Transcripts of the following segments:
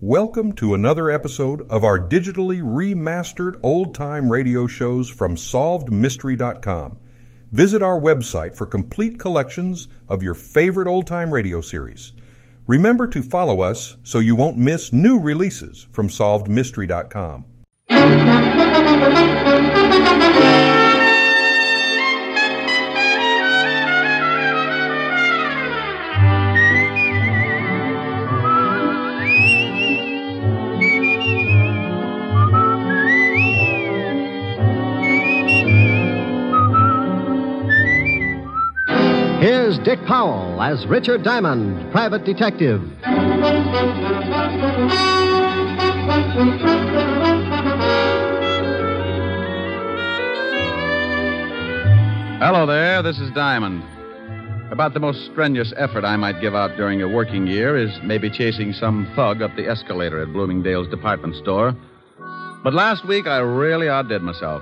Welcome to another episode of our digitally remastered old time radio shows from SolvedMystery.com. Visit our website for complete collections of your favorite old time radio series. Remember to follow us so you won't miss new releases from SolvedMystery.com. Here's Dick Powell as Richard Diamond, private detective. Hello there, this is Diamond. About the most strenuous effort I might give out during a working year is maybe chasing some thug up the escalator at Bloomingdale's department store. But last week I really outdid myself.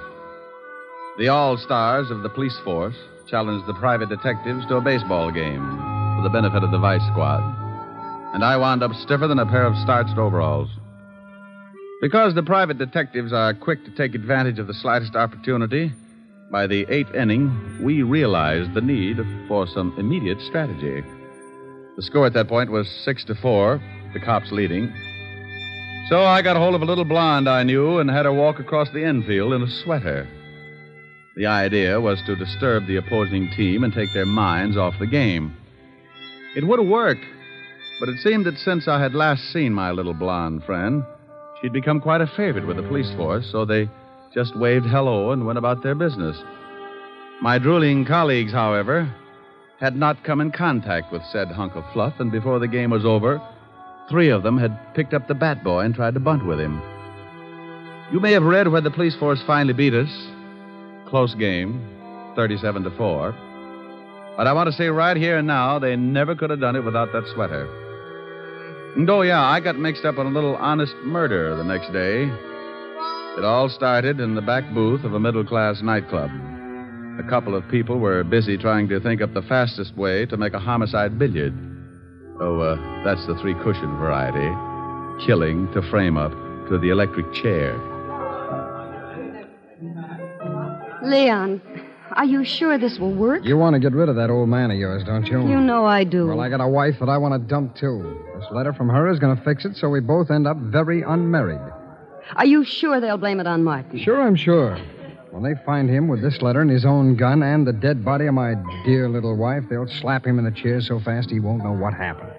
The all stars of the police force challenged the private detectives to a baseball game for the benefit of the vice squad. And I wound up stiffer than a pair of starched overalls. Because the private detectives are quick to take advantage of the slightest opportunity, by the eighth inning, we realized the need for some immediate strategy. The score at that point was six to four, the cops leading. So I got hold of a little blonde I knew and had her walk across the infield in a sweater. The idea was to disturb the opposing team and take their minds off the game. It would have worked, but it seemed that since I had last seen my little blonde friend, she'd become quite a favorite with the police force, so they just waved hello and went about their business. My drooling colleagues, however, had not come in contact with said hunk of fluff, and before the game was over, three of them had picked up the bat boy and tried to bunt with him. You may have read where the police force finally beat us. Close game, 37 to 4. But I want to say right here and now, they never could have done it without that sweater. And oh, yeah, I got mixed up in a little honest murder the next day. It all started in the back booth of a middle class nightclub. A couple of people were busy trying to think up the fastest way to make a homicide billiard. Oh, uh, that's the three cushion variety killing to frame up to the electric chair. Leon, are you sure this will work? You want to get rid of that old man of yours, don't you? You know I do. Well, I got a wife that I want to dump, too. This letter from her is going to fix it so we both end up very unmarried. Are you sure they'll blame it on Martin? Sure, I'm sure. When they find him with this letter and his own gun and the dead body of my dear little wife, they'll slap him in the chair so fast he won't know what happened.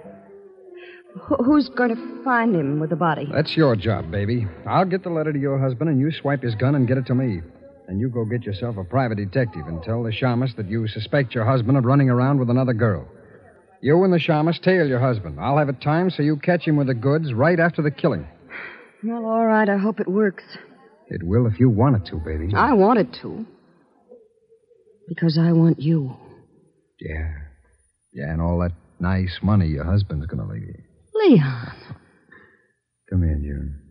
Wh- who's going to find him with the body? That's your job, baby. I'll get the letter to your husband, and you swipe his gun and get it to me. And you go get yourself a private detective and tell the shamus that you suspect your husband of running around with another girl. You and the shamus tail your husband. I'll have it timed so you catch him with the goods right after the killing. Well, all right, I hope it works. It will if you want it to, baby. I want it to. Because I want you. Yeah. Yeah, and all that nice money your husband's going to leave you. Leon. Come here, June.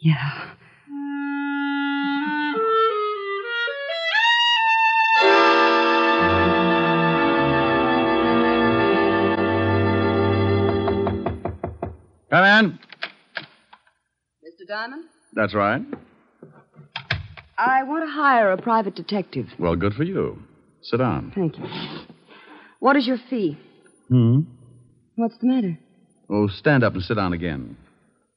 Yeah. Come in. Mr. Diamond? That's right. I want to hire a private detective. Well, good for you. Sit down. Thank you. What is your fee? Hmm? What's the matter? Oh, stand up and sit down again.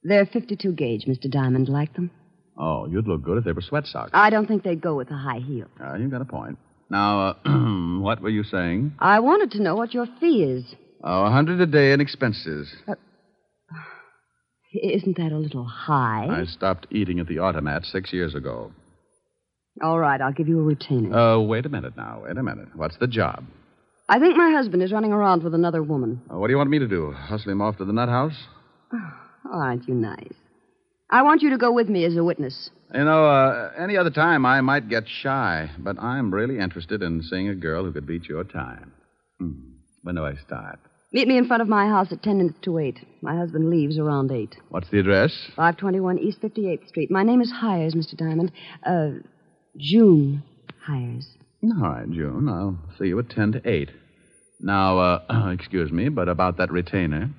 They're 52 gauge, Mr. Diamond. Like them? Oh, you'd look good if they were sweat socks. I don't think they'd go with a high heel. Ah, you've got a point. Now, uh, what were you saying? I wanted to know what your fee is. Oh, a hundred a day in expenses. Isn't that a little high? I stopped eating at the automat six years ago. All right, I'll give you a retainer. Oh, wait a minute now. Wait a minute. What's the job? I think my husband is running around with another woman. Uh, what do you want me to do? Hustle him off to the nut house? Oh, Aren't you nice? I want you to go with me as a witness. You know, uh, any other time I might get shy, but I'm really interested in seeing a girl who could beat your time. Hmm. When do I start? Meet me in front of my house at 10 minutes to 8. My husband leaves around 8. What's the address? 521 East 58th Street. My name is Hires, Mr. Diamond. Uh, June Hires. All right, June. I'll see you at 10 to 8. Now, uh, excuse me, but about that retainer.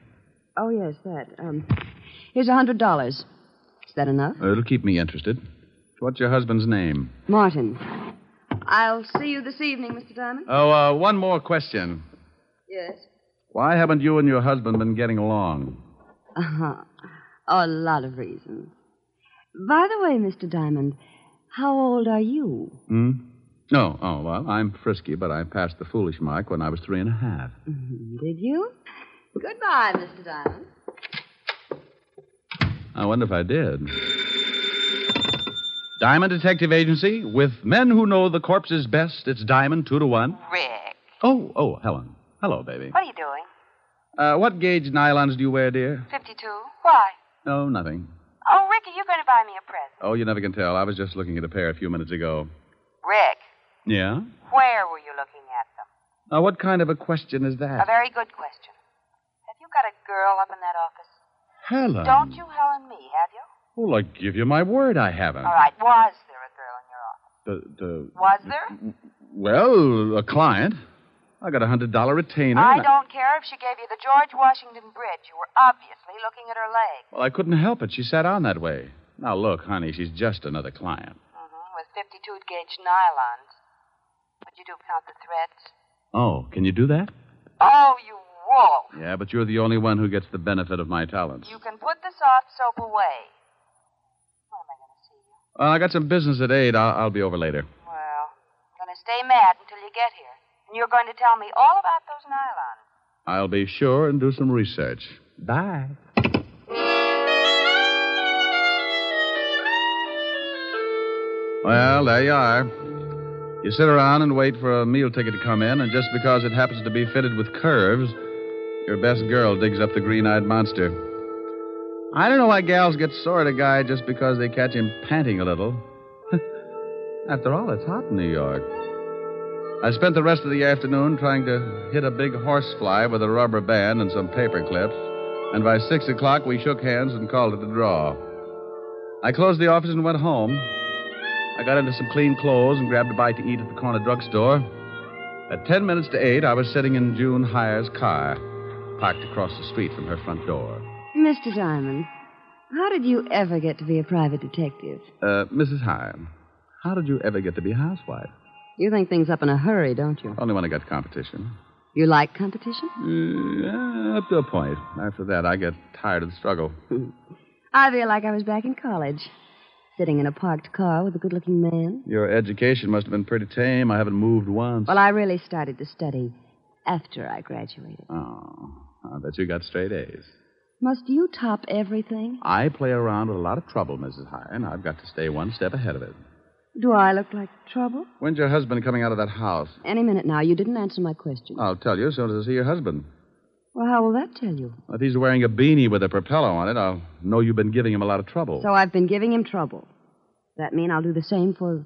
Oh, yes, that. Um, here's a hundred dollars. Is that enough? uh, It'll keep me interested. What's your husband's name? Martin. I'll see you this evening, Mr. Diamond. Oh, uh, one more question. Yes. Why haven't you and your husband been getting along? Uh-huh. A lot of reasons. By the way, Mr. Diamond, how old are you? Hmm? No, oh, well, I'm frisky, but I passed the foolish mark when I was three and a half. Did you? Goodbye, Mr. Diamond. I wonder if I did. Diamond Detective Agency, with men who know the corpses best, it's Diamond, two to one. Rick, Oh, oh, Helen. Hello, baby. what are you doing? Uh, what gauge nylons do you wear, dear? 52? Why? Oh, nothing. Oh, Ricky, you're going to buy me a present. Oh, you never can tell. I was just looking at a pair a few minutes ago. Rick, Yeah? where were you looking at them? Now, what kind of a question is that? A very good question. Have you got a girl up in that office? Helen. Don't you, Helen, me, have you? Well, I give you my word I haven't. All right, was there a girl in your office? The, the, Was there? well, a client. I got a $100 retainer. I and don't care if she gave you the George Washington Bridge. You were obviously looking at her leg. Well, I couldn't help it. She sat on that way. Now, look, honey, she's just another client. Mm-hmm, with 52 gauge nylons. Would you do count the threads? Oh, can you do that? Oh, you wolf. Yeah, but you're the only one who gets the benefit of my talents. You can put the soft soap away. When am I going to see you? Well, Uh, I got some business at 8. I'll, I'll be over later. Well, I'm going to stay mad until you get here. And you're going to tell me all about those nylons. I'll be sure and do some research. Bye. Well, there you are. You sit around and wait for a meal ticket to come in, and just because it happens to be fitted with curves, your best girl digs up the green eyed monster. I don't know why gals get sore at a guy just because they catch him panting a little. After all, it's hot in New York. I spent the rest of the afternoon trying to hit a big horsefly with a rubber band and some paper clips, and by six o'clock we shook hands and called it a draw. I closed the office and went home. I got into some clean clothes and grabbed a bite to eat at the corner drugstore. At ten minutes to eight, I was sitting in June Hire's car, parked across the street from her front door. Mr. Diamond, how did you ever get to be a private detective? Uh, Mrs. Hire, how did you ever get to be a housewife? You think things up in a hurry, don't you? Only when I got competition. You like competition? Uh, up to a point. After that, I get tired of the struggle. I feel like I was back in college, sitting in a parked car with a good looking man. Your education must have been pretty tame. I haven't moved once. Well, I really started to study after I graduated. Oh, I bet you got straight A's. Must you top everything? I play around with a lot of trouble, Mrs. Hire, and I've got to stay one step ahead of it. Do I look like trouble? When's your husband coming out of that house? Any minute now. You didn't answer my question. I'll tell you as soon as I see your husband. Oh. Well, how will that tell you? If he's wearing a beanie with a propeller on it, I'll know you've been giving him a lot of trouble. So I've been giving him trouble. That mean I'll do the same for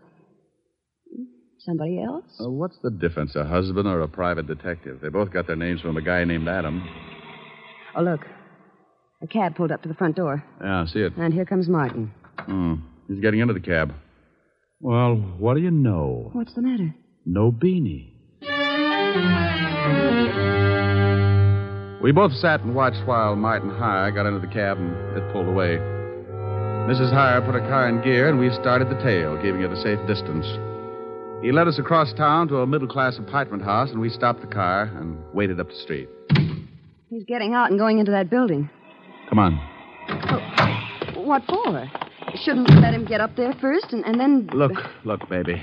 somebody else? Uh, what's the difference, a husband or a private detective? They both got their names from a guy named Adam. Oh, look. A cab pulled up to the front door, Yeah, I see it. and here comes Martin. Hmm. He's getting into the cab. Well, what do you know? What's the matter? No beanie. We both sat and watched while Martin Hire got into the cab and it pulled away. Mrs. Hire put her car in gear and we started the tail, keeping at a safe distance. He led us across town to a middle class apartment house and we stopped the car and waited up the street. He's getting out and going into that building. Come on. What for? Shouldn't we let him get up there first and, and then. Look, look, baby.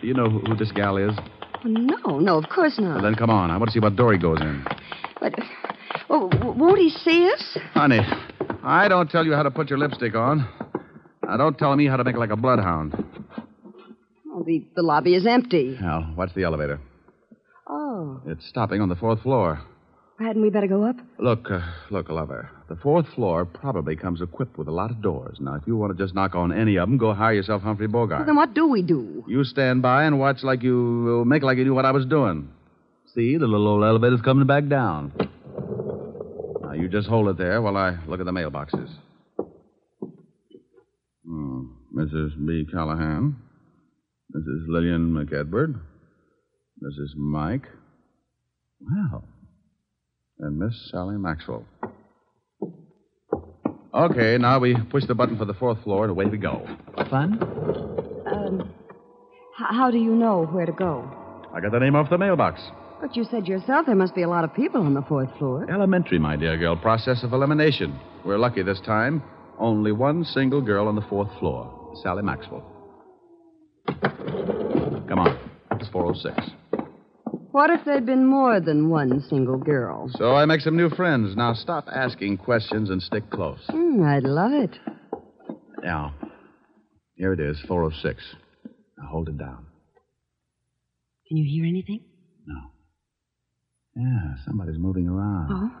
Do you know who, who this gal is? No, no, of course not. Well, then come on. I want to see what door he goes in. But. Oh, w- won't he see us? Honey, I don't tell you how to put your lipstick on. Now, don't tell me how to make like a bloodhound. Oh, the, the lobby is empty. Now, watch the elevator. Oh. It's stopping on the fourth floor. Hadn't we better go up? Look, uh, look, lover. The fourth floor probably comes equipped with a lot of doors. Now, if you want to just knock on any of them, go hire yourself Humphrey Bogart. Then what do we do? You stand by and watch like you make like you knew what I was doing. See, the little old elevator's coming back down. Now you just hold it there while I look at the mailboxes. Hmm. Mrs. B. Callahan, Mrs. Lillian McEdward, Mrs. Mike, wow, and Miss Sally Maxwell. Okay, now we push the button for the fourth floor and away we go. Fun? Um, h- how do you know where to go? I got the name off the mailbox. But you said yourself there must be a lot of people on the fourth floor. Elementary, my dear girl. Process of elimination. We're lucky this time. Only one single girl on the fourth floor Sally Maxwell. Come on. It's 406. What if there'd been more than one single girl? So I make some new friends. Now stop asking questions and stick close. Hmm, I'd love it. Now, here it is, 406. Now hold it down. Can you hear anything? No. Yeah, somebody's moving around.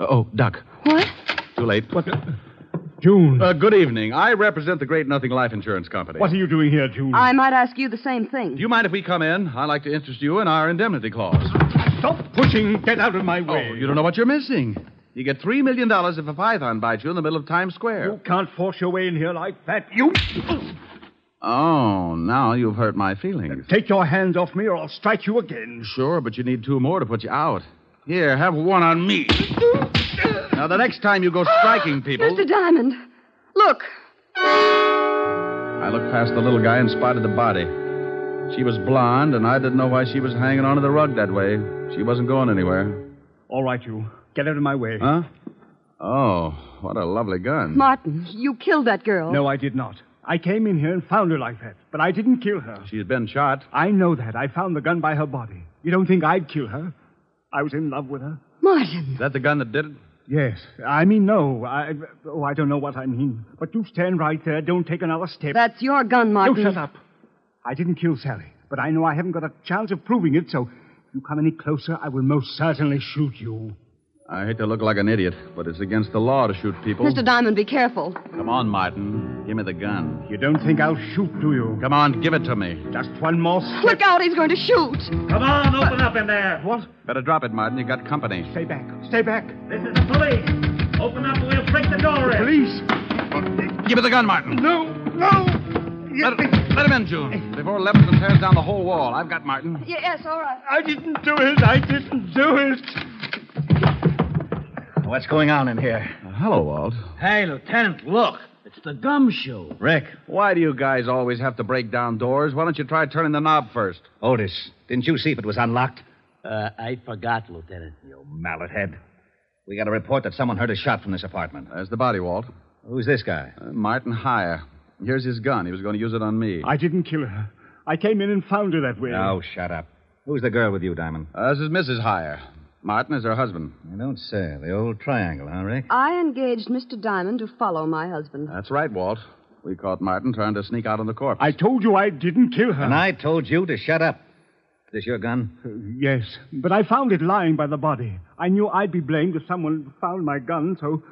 Oh. Uh, oh, duck. What? Too late. What? June. Uh, good evening. I represent the Great Nothing Life Insurance Company. what are you doing here, June? I might ask you the same thing. Do you mind if we come in? I'd like to interest you in our indemnity clause. Stop pushing. Get out of my Oh, way. you don't know what you're missing. You get $3 million if a python bites you in the middle of Times Square. You can't force your way in here like that. You Oh, now you've hurt my feelings. take your hands off me or I'll strike you again. Sure, but you need two more to put you out. Here, have one on me. Now, the next time you go striking people. Mr. Diamond, look. I looked past the little guy and spotted the body. She was blonde, and I didn't know why she was hanging onto the rug that way. She wasn't going anywhere. All right, you. Get out of my way. Huh? Oh, what a lovely gun. Martin, you killed that girl. No, I did not. I came in here and found her like that, but I didn't kill her. She's been shot. I know that. I found the gun by her body. You don't think I'd kill her? I was in love with her. Martin. Is that the gun that did it? Yes. I mean, no. I, oh, I don't know what I mean. But you stand right there. Don't take another step. That's your gun, you Martin. shut up. I didn't kill Sally, but I know I haven't got a chance of proving it, so if you come any closer, I will most certainly shoot you. I hate to look like an idiot, but it's against the law to shoot people. Mr. Diamond, be careful. Come on, Martin. Give me the gun. You don't think I'll shoot, do you? Come on, give it to me. Just one more step. Look out, he's going to shoot. Come on, open up in there. What? Better drop it, Martin. You got company. Stay back. Stay back. This is the police. Open up or we'll break the door in. Police. Give me the gun, Martin. No, no. Let, let him in, June. Before Levinson tears down the whole wall, I've got Martin. Yes, all right. I didn't do it. I didn't do it. What's going on in here? Uh, hello, Walt. Hey, Lieutenant, look. It's the gumshoe. Rick. Why do you guys always have to break down doors? Why don't you try turning the knob first? Otis, didn't you see if it was unlocked? Uh, I forgot, Lieutenant. You mallet head. We got a report that someone heard a shot from this apartment. There's the body, Walt. Who's this guy? Uh, Martin Heyer. Here's his gun. He was going to use it on me. I didn't kill her. I came in and found her that way. Oh, shut up. Who's the girl with you, Diamond? Uh, this is Mrs. Heyer. Martin is her husband. I don't say. The old triangle, huh, Rick? I engaged Mr. Diamond to follow my husband. That's right, Walt. We caught Martin trying to sneak out on the corpse. I told you I didn't kill her. And I told you to shut up. Is this your gun? Yes, but I found it lying by the body. I knew I'd be blamed if someone found my gun, so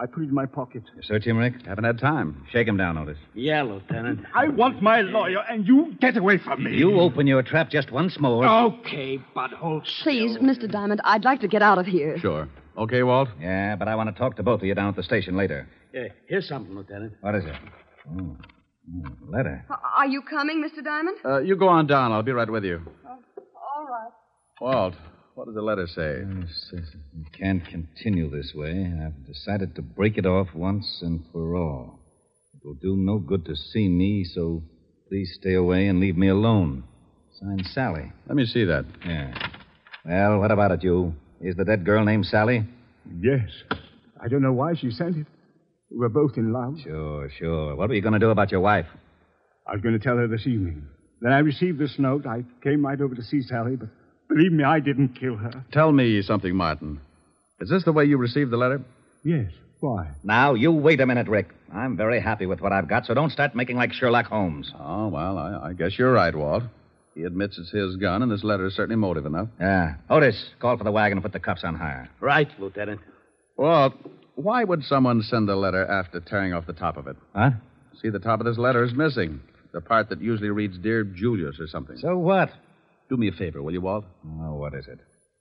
I put it in my pocket. You search him, Rick? Haven't had time. Shake him down, Otis. Yeah, Lieutenant. I want my lawyer, and you get away from me. You open your trap just once more. Oh, Okay, but hold Please, Mr. Diamond, I'd like to get out of here. Sure. Okay, Walt. Yeah, but I want to talk to both of you down at the station later. here's something, Lieutenant. What is it? Oh, oh, letter. Are you coming, Mr. Diamond? Uh, you go on down. I'll be right with you. all right. Walt, what does the letter say? We can't continue this way. I've decided to break it off once and for all. It will do no good to see me, so please stay away and leave me alone. Signed, Sally. Let me see that. Yeah. Well, what about it, you? Is the dead girl named Sally? Yes. I don't know why she sent it. We were both in love. Sure, sure. What were you going to do about your wife? I was going to tell her this evening. Then I received this note. I came right over to see Sally, but believe me, I didn't kill her. Tell me something, Martin. Is this the way you received the letter? Yes. Why? Now, you wait a minute, Rick. I'm very happy with what I've got, so don't start making like Sherlock Holmes. Oh, well, I, I guess you're right, Walt. He admits it's his gun, and this letter is certainly motive enough. Yeah. Otis, call for the wagon and put the cuffs on higher. Right, Lieutenant. Walt, why would someone send a letter after tearing off the top of it? Huh? See, the top of this letter is missing. The part that usually reads Dear Julius or something. So what? do me a favor, will you, Walt? Oh, what is it?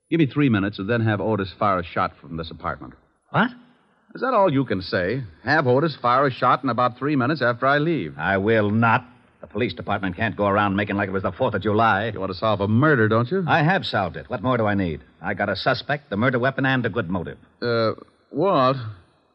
Give me three minutes and then have Otis fire a shot from this apartment. What? Is that all you can say? Have Otis fire a shot in about three minutes after I leave. I will not. The police department can't go around making like it was the 4th of July. You want to solve a murder, don't you? I have solved it. What more do I need? I got a suspect, the murder weapon, and a good motive. Uh, Walt,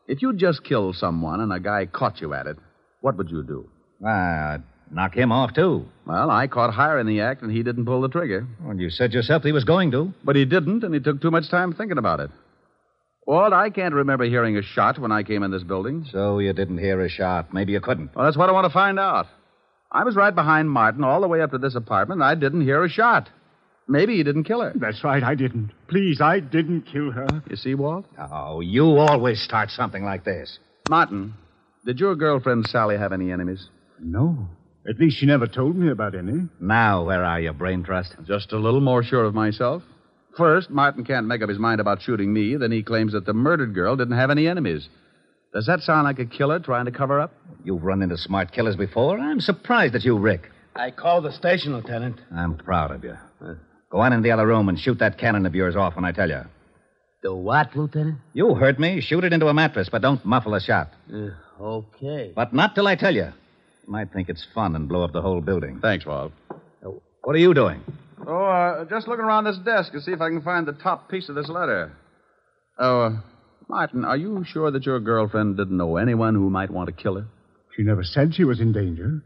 If you just killed someone and a guy caught you at it, what would you do? Ah, knock him off, too. Well, I caught Hire in the act, and he didn't pull the trigger. Well, you said yourself he was going to. But he didn't, and he took too much time thinking about it. Walt, I can't remember hearing a shot when I came in this building. So you didn't hear a shot. Maybe you couldn't. Well, that's what I want to find out. I was right behind Martin all the way up to this apartment, and I didn't hear a shot. Maybe he didn't kill her. That's right, I didn't. Please, I didn't kill her. You see, Walt? Oh, you always start something like this. Martin, did your girlfriend Sally have any enemies? No. At least she never told me about any. Now, where are you, Brain Trust? Just a little more sure of myself. First, Martin can't make up his mind about shooting me. Then he claims that the murdered girl didn't have any enemies. Does that sound like a killer trying to cover up? You've run into smart killers before. I'm surprised at you, Rick. I called the station, Lieutenant. I'm proud of you. Go on in the other room and shoot that cannon of yours off when I tell you. Do what, Lieutenant? You heard me. Shoot it into a mattress, but don't muffle a shot. Uh, okay. But not till I tell you. You might think it's fun and blow up the whole building. Thanks, Walt. What are you doing? Oh, uh, just looking around this desk to see if I can find the top piece of this letter. Oh, uh, Martin, are you sure that your girlfriend didn't know anyone who might want to kill her? She never said she was in danger.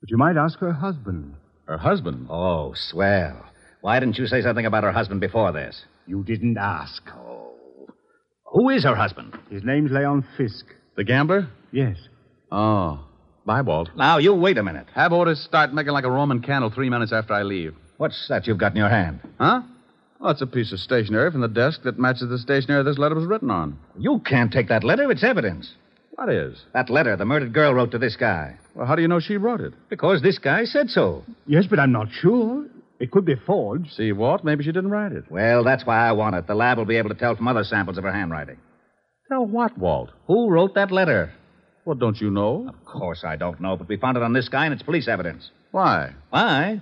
But you might ask her husband. Her husband? Oh, swell. Why didn't you say something about her husband before this? You didn't ask. Oh. Who is her husband? His name's Leon Fisk. The gambler? Yes. Oh. Bye, Walt. Now, you wait a minute. Have orders start making like a Roman candle three minutes after I leave. What's that you've got in your hand? Huh? Well, it's a piece of stationery from the desk that matches the stationery this letter was written on. You can't take that letter. It's evidence. What is? That letter the murdered girl wrote to this guy. Well, how do you know she wrote it? Because this guy said so. Yes, but I'm not sure. It could be forged. See, Walt, maybe she didn't write it. Well, that's why I want it. The lab will be able to tell from other samples of her handwriting. Tell what, Walt? Who wrote that letter? Well, don't you know? Of course I don't know, but we found it on this guy, and it's police evidence. Why? Why?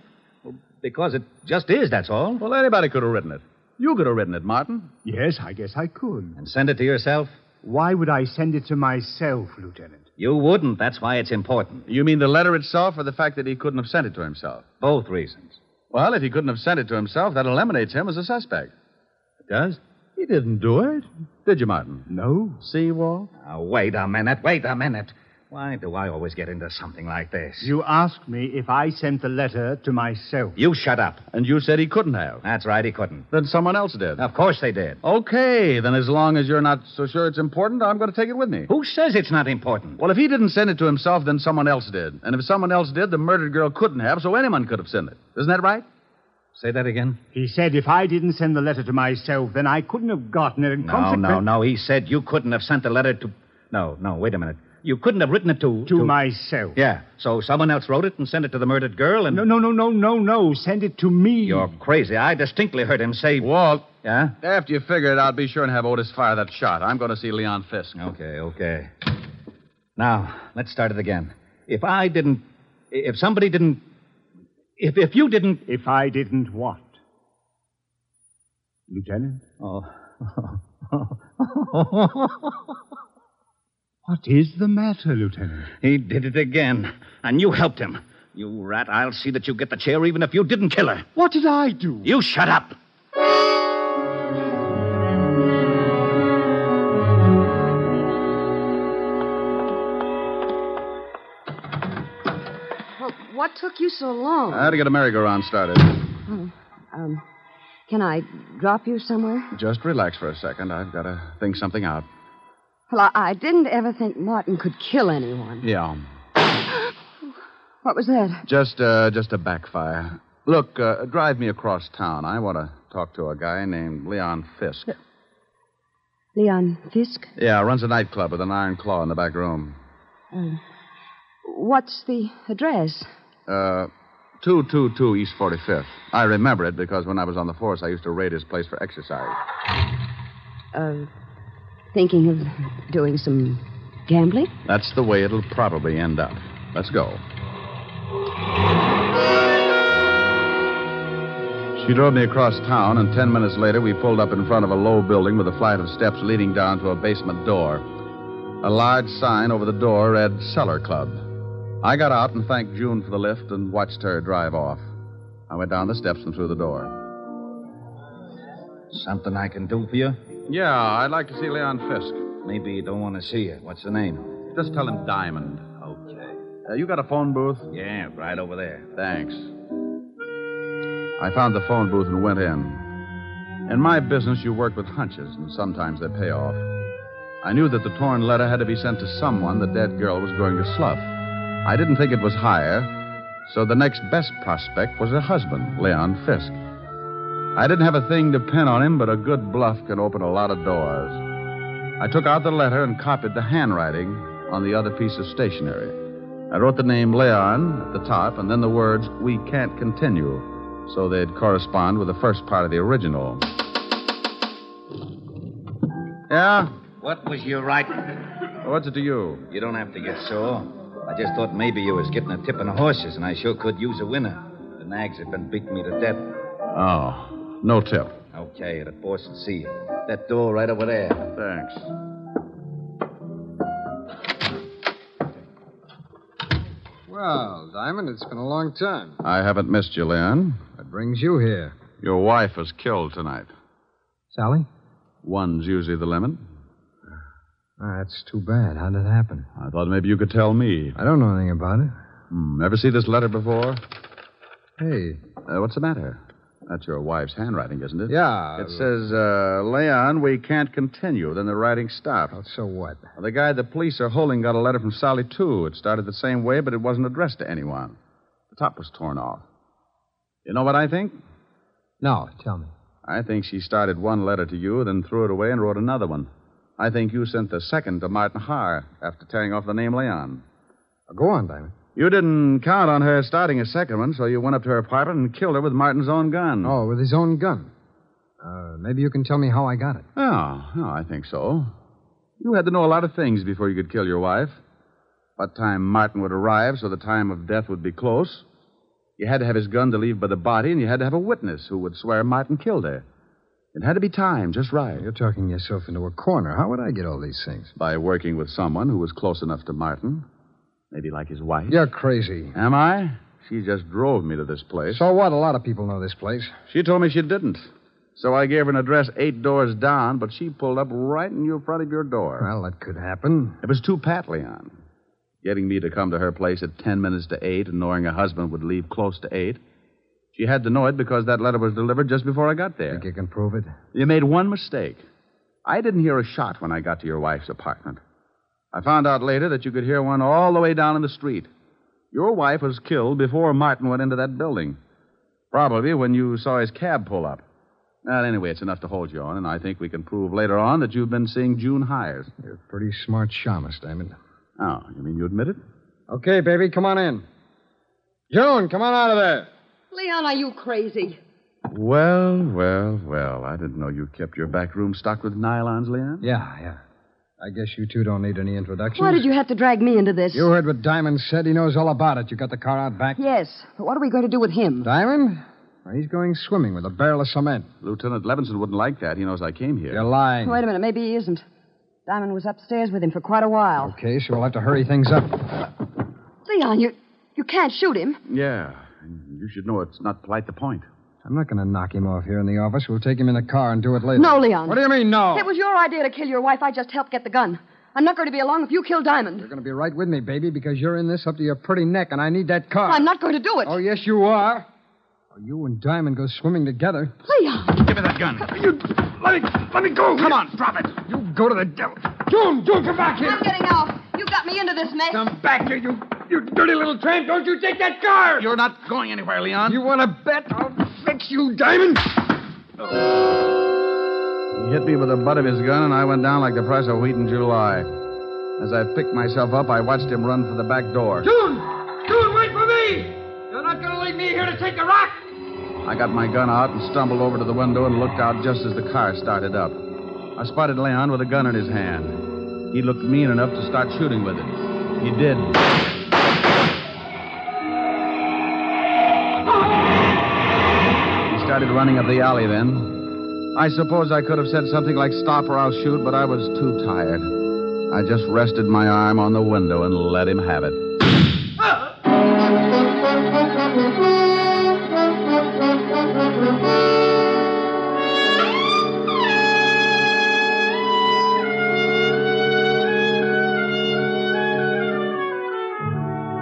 Because it just is, that's all. Well, anybody could have written it. You could have written it, Martin. Yes, I guess I could. And send it to yourself? Why would I send it to myself, Lieutenant? You wouldn't. That's why it's important. You mean the letter itself or the fact that he couldn't have sent it to himself? Both reasons. Well, if he couldn't have sent it to himself, that eliminates him as a suspect. It does? He didn't do it. Did you, Martin? No. See, Walt? Now, Ah, wait a minute. Wait a minute. Why do I always get into something like this? You asked me if I sent the letter to myself. You shut up. And you said he couldn't have. That's right, he couldn't. Then someone else did. Of course they did. Okay, then as long as you're not so sure it's important, I'm going to take it with me. Who says it's not important? Well, if he didn't send it to himself, then someone else did. And if someone else did, the murdered girl couldn't have, so anyone could have sent it. Isn't that right? Say that again. He said if I didn't send the letter to myself, then I couldn't have gotten it. And no, consequent- no, no. He said you couldn't have sent the letter to. No, no, wait a minute. You couldn't have written it to. To, myself. Yeah. So someone else wrote it and sent it to the murdered girl and. No, no, no, no, no, no. Send it to me. You're Oh, crazy. I distinctly heard him say. Walt. Yeah? After you figure it out, be sure and have Otis fire that shot. I'm going to see Leon Fisk. Okay, okay. Now, let's start it again. If I didn't. If somebody didn't. If, if you didn't. If I didn't what? Lieutenant? Oh. What is the matter, Lieutenant? he did it again. And you helped him. You rat, I'll see that you get the chair even if you didn't kill her. What did I do? You shut up. Well, what took you so long? I had to get a merry-go-round started. Um, can I drop you somewhere? Just relax for a second. I've got to think something out. Well, I, I didn't ever think Martin could kill anyone. Yeah. What was that? Just, uh, just a backfire. Look, uh, drive me across town. I want to talk to a guy named Leon Fisk. Leon Fisk? Yeah, runs a nightclub with an iron claw in the back room. Um, what's the address? Uh, 222 East 45th. I remember it because when I was on the force, I used to raid his place for exercise. Uh, thinking of doing some gambling? That's the way it'll probably end up. Let's go. She drove me across town, and ten minutes later, we pulled up in front of a low building with a flight of steps leading down to a basement door. A large sign over the door read Cellar Club. I got out and thanked June for the lift and watched her drive off. I went down the steps and through the door. Something I can do for you? Yeah, I'd like to see Leon Fisk. Maybe you don't want to see her. What's her name? Just tell him Diamond. Okay. Uh, you got a phone booth? Yeah, right over there. Thanks. I found the phone booth and went in. In my business, you work with hunches, and sometimes they pay off. I knew that the torn letter had to be sent to someone the dead girl was going to slough. I didn't think it was higher, so the next best prospect was her husband, Leon Fisk. I didn't have a thing to pin on him, but a good bluff can open a lot of doors. I took out the letter and copied the handwriting on the other piece of stationery. I wrote the name Leon at the top and then the words, We Can't Continue, so they'd correspond with the first part of the original. Yeah? What was you writing? What's it to you? You don't have to get sore. I just thought maybe you was getting a tip on the horses, and I sure could use a winner. The nags have been beating me to death. Oh, no tip. Okay, the boss will see you. That door right over there. Thanks. Well, Diamond, it's been a long time. I haven't missed you, Leon. What brings you here? Your wife was killed tonight. Sally? One's usually the limit. Ah, that's too bad. How did it happen? I thought maybe you could tell me. I don't know anything about it. Hmm, ever see this letter before? Hey. Uh, what's the matter? That's your wife's handwriting, isn't it? Yeah. It says, uh, Leon, we can't continue. Then the writing stopped. Well, so what? The guy the police are holding got a letter from Sally, too. It started the same way, but it wasn't addressed to anyone. The top was torn off. You know what I think? No, tell me. I think she started one letter to you, then threw it away and wrote another one. I think you sent the second to Martin Haar after tearing off the name Leon. Go on, Diamond. You didn't count on her starting a second one, so you went up to her apartment and killed her with Martin's own gun. Oh, with his own gun. Uh, maybe you can tell me how I got it. Oh, oh, I think so. You had to know a lot of things before you could kill your wife. What time Martin would arrive, so the time of death would be close. You had to have his gun to leave by the body, and you had to have a witness who would swear Martin killed her. It had to be time, just right. You're talking yourself into a corner. How would I get all these things? By working with someone who was close enough to Martin. Maybe like his wife. You're crazy. Am I? She just drove me to this place. So what? A lot of people know this place. She told me she didn't. So I gave her an address eight doors down, but she pulled up right in your front of your door. Well, that could happen. It was too pat, Leon. Getting me to come to her place at ten minutes to eight and knowing her husband would leave close to eight. She had to know it because that letter was delivered just before I got there. Think you can prove it? You made one mistake. I didn't hear a shot when I got to your wife's apartment. I found out later that you could hear one all the way down in the street. Your wife was killed before Martin went into that building. Probably when you saw his cab pull up. Well, anyway, it's enough to hold you on, and I think we can prove later on that you've been seeing June Hires. You're a pretty smart shamus, Diamond. Oh, you mean you admit it? Okay, baby, come on in. Joan, come on out of there. Leon, are you crazy? Well, well, well. I didn't know you kept your back room stocked with nylons, Leon. Yeah, yeah. I guess you two don't need any introductions. Why did you have to drag me into this? You heard what Diamond said. He knows all about it. You got the car out back? Yes, but what are we going to do with him? Diamond? Well, he's going swimming with a barrel of cement. Lieutenant Levinson wouldn't like that. He knows I came here. You're lying. Wait a minute, maybe he isn't. Diamond was upstairs with him for quite a while. Okay, so we'll have to hurry things up. Leon, you you can't shoot him. Yeah. and You should know it's not polite to point. I'm not going to knock him off here in the office. We'll take him in the car and do it later. No, Leon. What do you mean, no? It was your idea to kill your wife. I just helped get the gun. I'm not going to be along if you kill Diamond. You're going to be right with me, baby, because you're in this up to your pretty neck, and I need that car. I'm not going to do it. Oh, yes, you are. Oh, you and Diamond go swimming together. Leon. Give me that gun. You let me let me go. Come on, drop it. You go to the devil. June, June, come back here. I'm getting out. You got me into this mess. Come back here, you you dirty little tramp. Don't you take that car. You're not going anywhere, Leon. You want to bet? I'll fix you, Diamond. He hit me with the butt of his gun, and I went down like the price of wheat in July. As I picked myself up, I watched him run for the back door. June, June, wait for me. You're not going to leave me here to take the rock. I got my gun out and stumbled over to the window and looked out just as the car started up. I spotted Leon with a gun in his hand. He looked mean enough to start shooting with it. He did. He started running up the alley then. I suppose I could have said something like, Stop or I'll shoot, but I was too tired. I just rested my arm on the window and let him have it.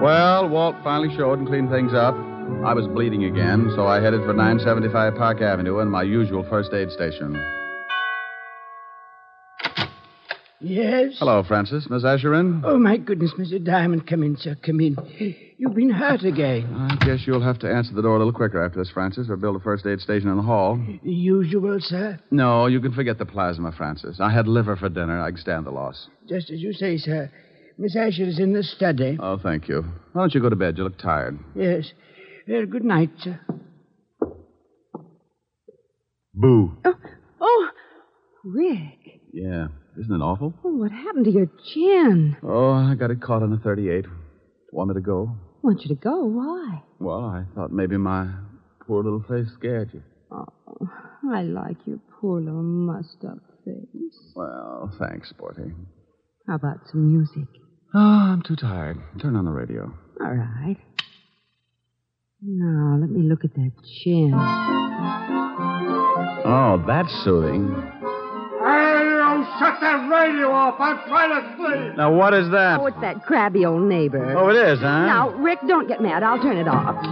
Well, Walt finally showed and cleaned things up. I was bleeding again, so I headed for 975 Park Avenue and my usual first aid station. Yes? Hello, Francis. Miss Asherin? Oh, my goodness, Mr. Diamond. Come in, sir. Come in. You've been hurt again. I guess you'll have to answer the door a little quicker after this, Francis, or build a first aid station in the hall. The usual, sir. No, you can forget the plasma, Francis. I had liver for dinner. I can stand the loss. Just as you say, sir. Miss Asher is in the study. Oh, thank you. Why don't you go to bed? You look tired. Yes. Well, good night, sir. Boo. Oh, Rick. Yeah. Isn't it awful? Oh, what happened to your chin? Oh, I got it caught on a 38. Wanted to go. want you to go. Why? Well, I thought maybe my poor little face scared you. Oh, I like your poor little mussed up face. Well, thanks, Sporty. How about some music? Oh, I'm too tired. Turn on the radio. All right. Now, let me look at that chin. Oh, that's soothing. Hey, you shut that radio off. I'm trying to sleep. Now, what is that? Oh, it's that crabby old neighbor. Oh, it is, huh? Now, Rick, don't get mad. I'll turn it off.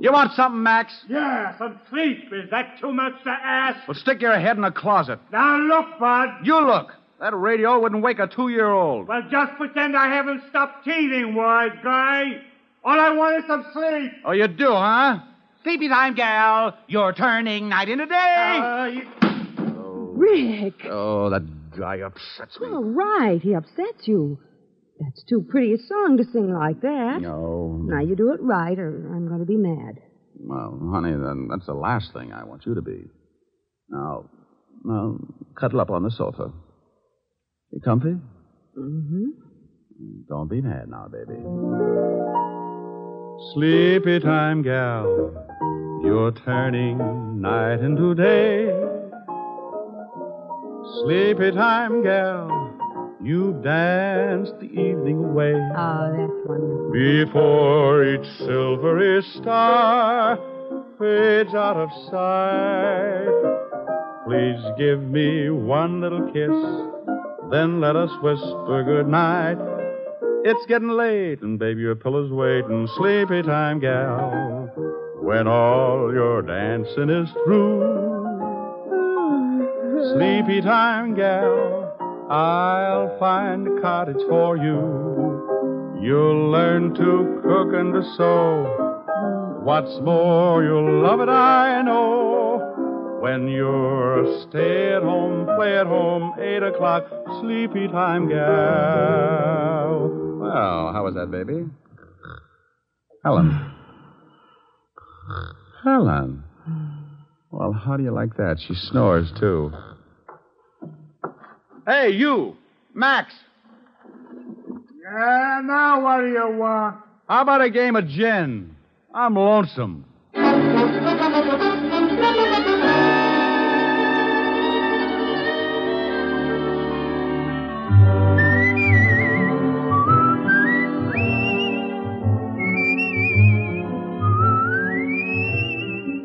You want something, Max? Yeah, some sleep. Is that too much to ask? Well, stick your head in a closet. Now look, Bud. You look. That radio wouldn't wake a two year old. Well, just pretend I haven't stopped teething, wise guy. All I want is some sleep. Oh, you do, huh? Sleepy time, gal. You're turning night into day. Uh, Rick. Oh, that guy upsets me. All right, he upsets you. That's too pretty a song to sing like that. No. Now, you do it right, or I'm going to be mad. Well, honey, then that's the last thing I want you to be. Now, now, cuddle up on the sofa. You comfy? Mm-hmm. Don't be mad now, baby. Sleepy time, gal. You're turning night into day. Sleepy time, gal. You've danced the evening away. Oh, that's wonderful. Before each silvery star fades out of sight, please give me one little kiss, then let us whisper goodnight. It's getting late, and baby, your pillow's waiting. Sleepy time, gal. When all your dancing is through, sleepy time, gal, I'll find a cottage for you. You'll learn to cook and to sew. What's more, you'll love it, I know. When you're stay at home, play at home, eight o'clock, sleepy time, gal. Well, how was that, baby? Helen. Helen. Well, how do you like that? She snores, too. Hey, you! Max! Yeah, now what do you want? How about a game of gin? I'm lonesome.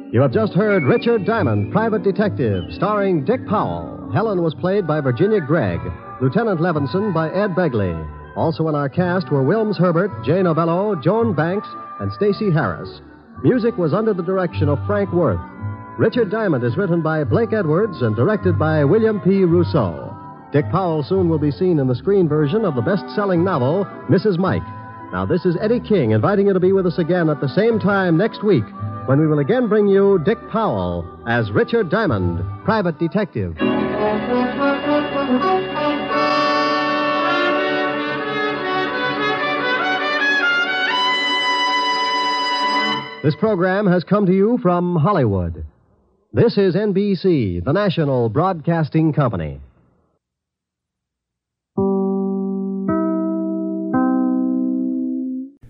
You have just heard Richard Diamond, Private Detective, starring Dick Powell. Helen was played by Virginia Gregg, Lieutenant Levinson by Ed Begley. Also in our cast were Wilms Herbert, Jay Novello, Joan Banks, and Stacy Harris. Music was under the direction of Frank Worth. Richard Diamond is written by Blake Edwards and directed by William P. Rousseau. Dick Powell soon will be seen in the screen version of the best selling novel, Mrs. Mike. Now, this is Eddie King inviting you to be with us again at the same time next week when we will again bring you Dick Powell as Richard Diamond, private detective. This program has come to you from Hollywood. This is NBC, the national broadcasting company.